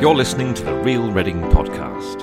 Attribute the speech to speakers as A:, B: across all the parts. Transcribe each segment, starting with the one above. A: You're listening to the Real Reading Podcast.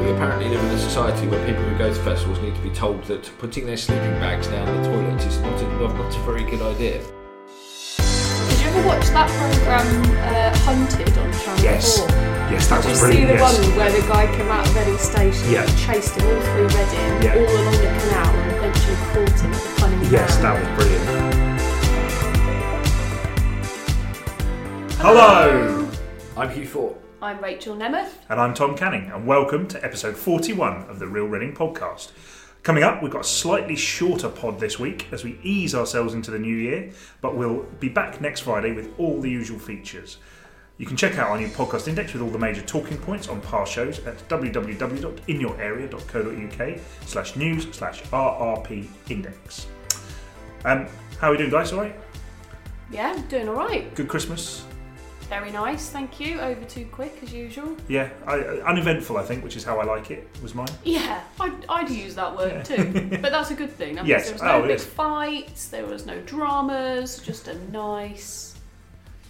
B: We apparently live in a society where people who go to festivals need to be told that putting their sleeping bags down the toilet is not a, not a very good idea.
C: Did you ever watch that program, uh, Hunted on Channel
D: Yes.
C: 4?
D: Yes, that
C: Did Oh. you see
D: was brilliant.
C: the
D: yes.
C: one where the guy came out of Reading Station
D: Yeah.
C: and chased him all through Reading,
D: Yeah.
C: all along the canal, and eventually caught him at the funny
D: Yes,
C: man?
D: that was brilliant. Hello,
B: I'm Hugh Fort.
C: I'm Rachel Nemeth.
D: and I'm Tom Canning, and welcome to episode 41 of the Real Reading Podcast. Coming up, we've got a slightly shorter pod this week as we ease ourselves into the new year, but we'll be back next Friday with all the usual features. You can check out our new podcast index with all the major talking points on past shows at www.inyourarea.co.uk slash news slash RRP index. Um, how are we doing, guys? All right?
C: Yeah, I'm doing all right.
D: Good Christmas?
C: Very nice, thank you. Over too quick as usual.
D: Yeah, I, uh, uneventful, I think, which is how I like it, was mine.
C: Yeah, I'd, I'd use that word too, but that's a good thing. That means
D: Yes,
C: there was
D: oh,
C: no
D: it
C: big
D: is.
C: fights, there was no dramas, just a nice,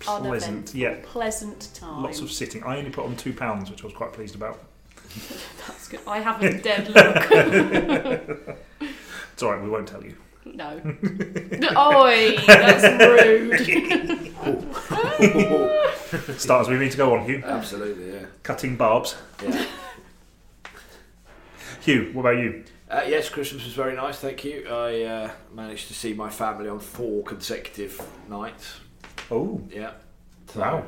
D: Pleasant,
C: uneventful,
D: yeah.
C: pleasant time.
D: Lots of sitting. I only put on two pounds, which I was quite pleased about.
C: That's good. I have a dead look.
D: It's all right, we won't tell you.
C: No. Oi, that's rude.
D: Start as we mean to go on, Hugh.
B: Absolutely, yeah.
D: Cutting barbs.
B: yeah.
D: Hugh, what about you?
B: Uh, yes, Christmas was very nice, thank you. I uh, managed to see my family on four consecutive nights.
D: Oh,
B: Yeah. So-
D: wow.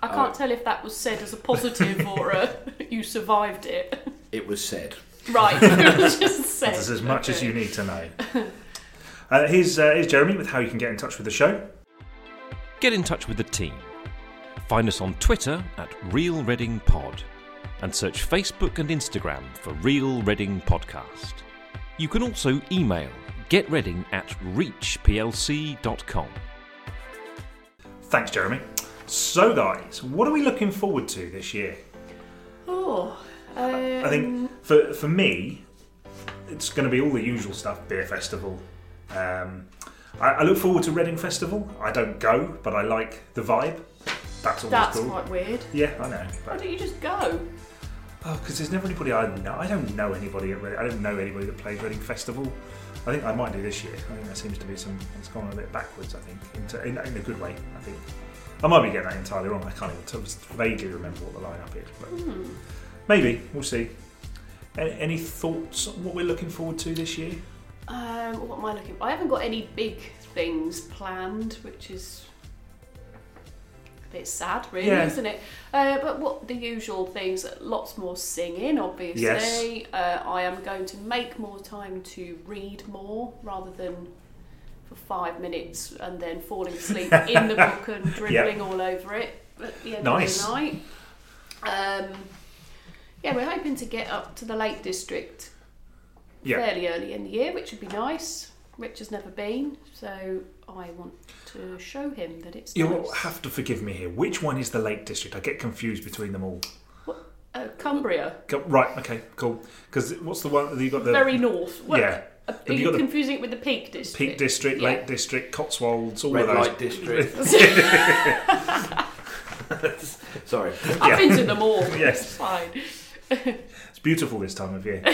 C: I can't tell if that was said as a positive or a you survived it.
B: It was said.
C: Right, it was just said.
D: That's as much as you need to know. Uh, here's, uh, here's Jeremy with how you can get in touch with the show.
A: Get in touch with the team. Find us on Twitter at Real Reading Pod and search Facebook and Instagram for Real Reading Podcast. You can also email getreading at reachplc.com.
D: Thanks, Jeremy. So, guys, what are we looking forward to this year?
C: Oh, um,
D: I think for for me, it's going to be all the usual stuff: beer festival. Um, I, I look forward to Reading Festival. I don't go, but I like the vibe. That's always
C: that's
D: cool.
C: quite weird.
D: Yeah, I know.
C: Why
D: But,
C: don't you just go?
D: oh, because there's never anybody I know. I don't know anybody at Reading. I don't know anybody that plays Reading Festival. I think I might do this year. I think there seems to be some. It's gone a bit backwards. I think into, in, in a good way. I think I might be getting that entirely wrong. I can't even t- vaguely remember what the lineup is, but maybe we'll see. Any, any thoughts on what we're looking forward to this year?
C: Um, what am I looking for? I haven't got any big things planned, which is a bit sad, really,
D: Yeah.
C: isn't it? Uh, but what the usual things, lots more singing, obviously.
D: Yes.
C: Uh, I am going to make more time to read more rather than for five minutes and then falling asleep in the book and dribbling all over it at the end
D: Nice.
C: of the night. Um, yeah, we're hoping to get up to the Lake District
D: Yeah,
C: fairly early in the year, which would be nice. Rich has never been, so I want to show him that it's
D: you'll
C: nice.
D: have to forgive me here. Which one is the Lake District? I get confused between them all.
C: What- uh, Cumbria,
D: Go- Right, okay, cool. Because what's the one that you got the
C: very north. Well,
D: yeah.
C: uh,
D: Have
C: Are
D: you
C: you
D: got the-
C: confusing it with the Peak District?
D: Peak District,
C: Yeah.
D: Lake District, Cotswolds, all
B: Red
D: of those.
B: light district. Sorry.
C: I've been to them all.
D: Yes.
C: It's fine.
D: It's beautiful this time of year.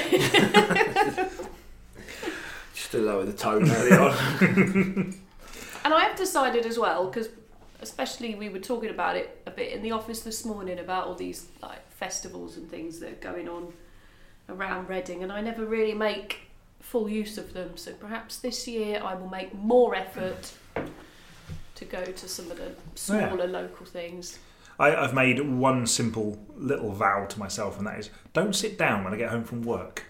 B: Just to lower the tone early on.
C: And I have decided as well, because especially we were talking about it a bit in the office this morning about all these like festivals and things that are going on around Reading, and I never really make full use of them. So perhaps this year I will make more effort to go to some of
D: Oh,
C: the smaller local things.
D: I, I've made one simple little vow to myself, and that is don't sit down when I get home from work.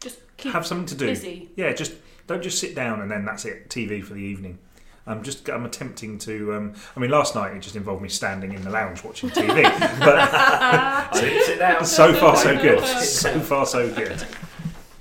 C: Just keep
D: Have something to do.
C: busy.
D: Yeah, just don't just sit down and then that's it. TV for the evening. I'm just I'm attempting to. Um, I mean, last night it just involved me standing in the lounge watching TV, but
B: I didn't sit down.
D: so far
C: Oh
D: so good. So far so good.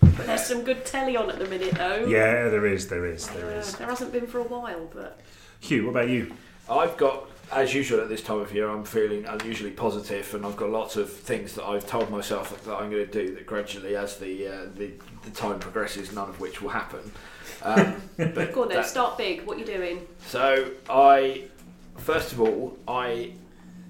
C: There's some good telly on at the minute though.
D: Yeah, there is, there is, there
C: Uh,
D: is.
C: there hasn't been for a while, but
D: Hugh, what about you?
B: I've got, as usual at this time of year, I'm feeling unusually positive, and I've got lots of things that I've told myself that I'm going to do. That gradually, as the uh, the, the time progresses, none of which will happen. Um, but
C: go on then,
B: that-
C: start big. What you doing?
B: so I, first of all, I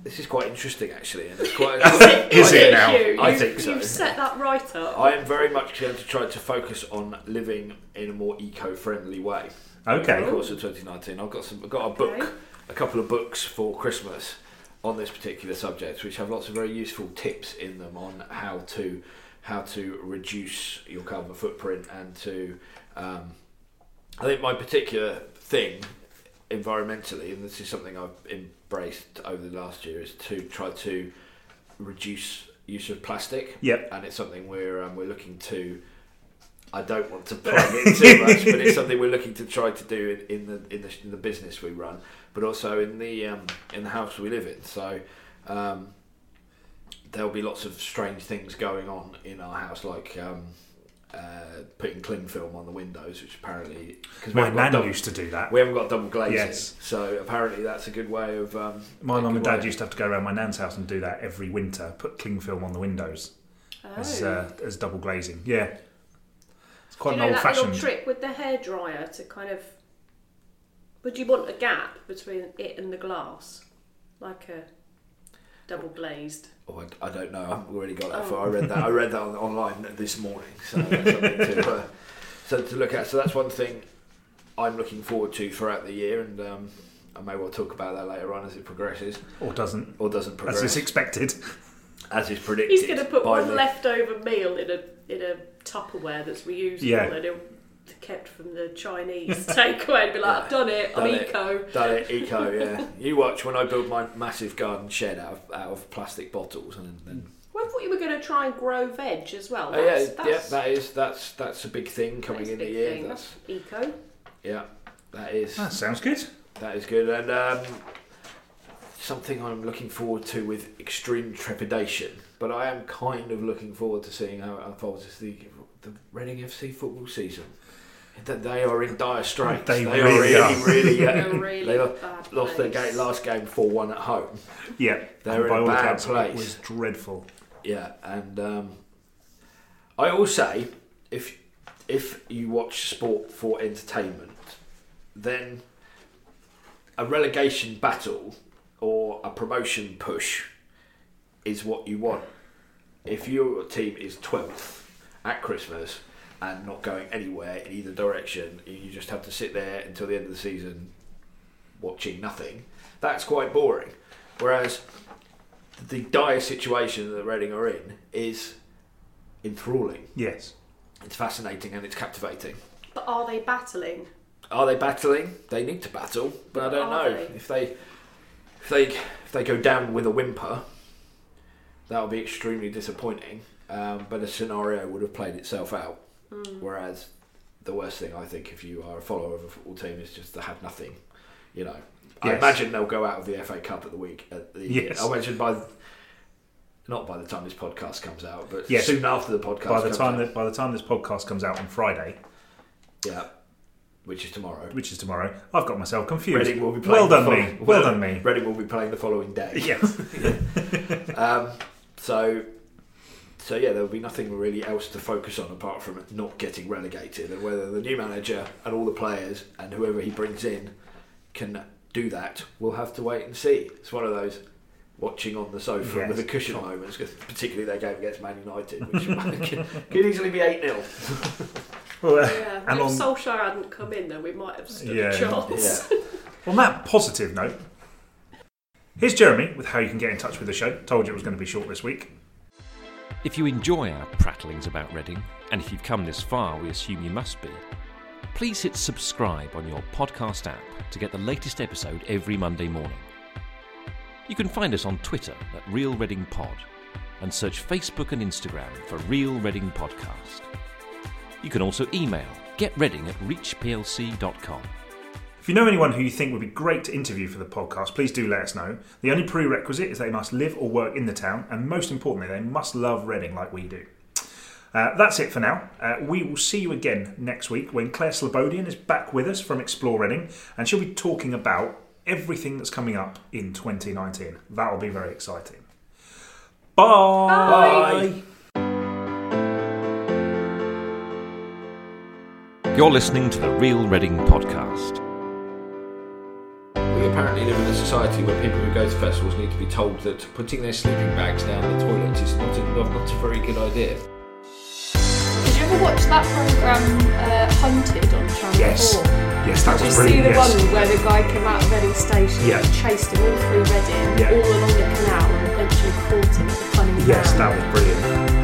B: This is quite interesting, actually. And it's quite.
D: Is
B: I
D: it
B: think-
D: now?
C: You,
B: I
C: you-
B: think so.
C: You've set that right up.
B: I am very much going to try to focus on living in a more eco-friendly way. Of
D: Okay.
B: course, in 2019, I've got some. I've got a book,
C: Okay.
B: a couple of books for Christmas on this particular subject, which have lots of very useful tips in them on how to how to reduce your carbon footprint and to. Um, I think my particular thing environmentally, and this is something I've embraced over the last year, is to try to reduce use of plastic
D: Yep.
B: and it's something we're um, we're looking to. I don't want to plug in too much, but it's something we're looking to try to do in, in the in the, in the business we run, but also in the um, in the house we live in. So um, there'll be lots of strange things going on in our house, like. Um, uh, putting cling film on the windows, which apparently because
D: My nan used to do that.
B: we haven't got double glazing,
D: Yes.
B: so apparently that's a good way of. Um,
D: My
B: a
D: mum
B: good
D: and
B: way
D: dad
B: of-
D: used to have to go around my nan's house and do that every winter. Put cling film on the windows
C: Oh.
D: as uh, as double glazing. Yeah, it's quite
C: Do you
D: an
C: know
D: old
C: that little
D: fashioned.
C: trick with the hairdryer to kind of would you want a gap between it and the glass like a double glazed
B: Oh, I, I don't know. I haven't really got that far. I read that. I read that on, online this morning. So that's something to, uh, so to look at. So that's one thing I'm looking forward to throughout the year, and um, I may well talk about that later on as it progresses
D: or doesn't
B: or doesn't
D: as
B: progress
D: is
B: as,
D: expected.
B: is predicted.
C: he's going to put
B: by
C: one
B: the-
C: leftover meal in a in a tupperware that's reusable
D: Yeah.
C: and it kept from the chinese takeaway and be like i've done it i'm
B: Done it.
C: eco
B: Done it, eco. Yeah, you watch when I build my massive garden shed out of, out of plastic bottles, and then
C: well, i thought you were going to try and grow veg as well
B: oh, yeah,
C: that's,
B: yeah,
C: that's,
B: that is that's that's a big thing coming
C: that's
B: in
C: a
B: the
C: big
B: year.
C: thing.
B: That's
C: eco
B: yeah, that is.
D: That sounds good.
B: That is good. And um, something I'm looking forward to with extreme trepidation, but I am kind of looking forward to seeing how it unfolds is the, the Reading FC football season. That they are in dire straits.
D: They
B: are
D: really
B: really,
D: are.
B: really.
C: They're
B: Uh,
C: really
B: they lo-
C: bad
B: lost their
C: place.
B: game, last game four one at home.
D: Yeah,
B: They're in
D: by
B: a
D: all
B: bad
D: accounts, It
B: place.
D: was dreadful.
B: Yeah, and um, I always say if if you watch sport for entertainment, then a relegation battle or a promotion push is what you want. If your team is twelfth at Christmas and not going anywhere in either direction, you just have to sit there until the end of the season watching nothing. That's quite boring. Whereas the dire situation that Reading are in is enthralling.
D: Yes,
B: It's fascinating and it's captivating.
C: but are they battling
B: Are they battling? They need to battle, but I don't
C: Are
B: know
C: they?
B: if they if they if they go down with a whimper, that would be extremely disappointing. Um, but a scenario would have played itself out.
C: Hmm.
B: Whereas the worst thing I think if you are a follower of a football team is just to have nothing. You know, I
D: Yes.
B: imagine they'll go out of the FA Cup at the week. At the,
D: Yes.
B: I imagine by not by the time this podcast comes out, but
D: Yes.
B: soon after the podcast.
D: by the
B: comes
D: time
B: out.
D: that by the time this podcast comes out on Friday,
B: yeah, which is tomorrow.
D: which is tomorrow, I've got myself confused.
B: Reading will be
D: well
B: playing.
D: done
B: the fol-
D: me. Well done me.
B: Reading will be playing the following day.
D: Yes.
B: Um, so, so yeah, there will be nothing really else to focus on apart from not getting relegated and whether the new manager and all the players and whoever he brings in can do that. We'll have to wait and see. It's one of those watching on the sofa
D: Yes.
B: with a cushion moments, 'cause particularly their game against Man United, which can, can easily be eight 0
D: Well, uh,
C: yeah
D: and
C: if
D: on-
C: solskjaer hadn't come in then we might have stood
D: Yeah.
C: a chance
B: Yeah.
D: On that positive note, here's Jeremy with how you can get in touch with the show. Told you it was going to be short this week.
A: If you enjoy our prattlings about Reading, and if you've come this far, we assume you must be, please hit subscribe on your podcast app to get the latest episode every Monday morning. You can find us on Twitter at Real Reading Pod and search Facebook and Instagram for Real Reading Podcast. You can also email getreading at reachplc.com.
D: If you know anyone who you think would be great to interview for the podcast, please do let us know. The only prerequisite is they must live or work in the town, and most importantly, they must love Reading like we do. Uh, that's it for now. Uh, we will see you again next week when Claire Slobodian is back with us from Explore Reading, and she'll be talking about everything that's coming up in 2019. That'll be very exciting. Bye.
B: Bye.
A: You're listening to the Real Reading Podcast.
B: We we apparently live in a society where people who go to festivals need to be told that putting their sleeping bags down the toilet is not a, not a very good idea.
C: Did you ever watch that program uh, Hunted on Channel
D: Yes.
C: 4?
D: Yes, that
C: Did you
D: was
C: see
D: brilliant.
C: the
D: Yes.
C: one where the guy came out of Reading Station
D: Yeah.
C: and chased him all through Reading,
D: Yeah.
C: all along the canal, and eventually caught him at the funny
D: Yes, that was brilliant.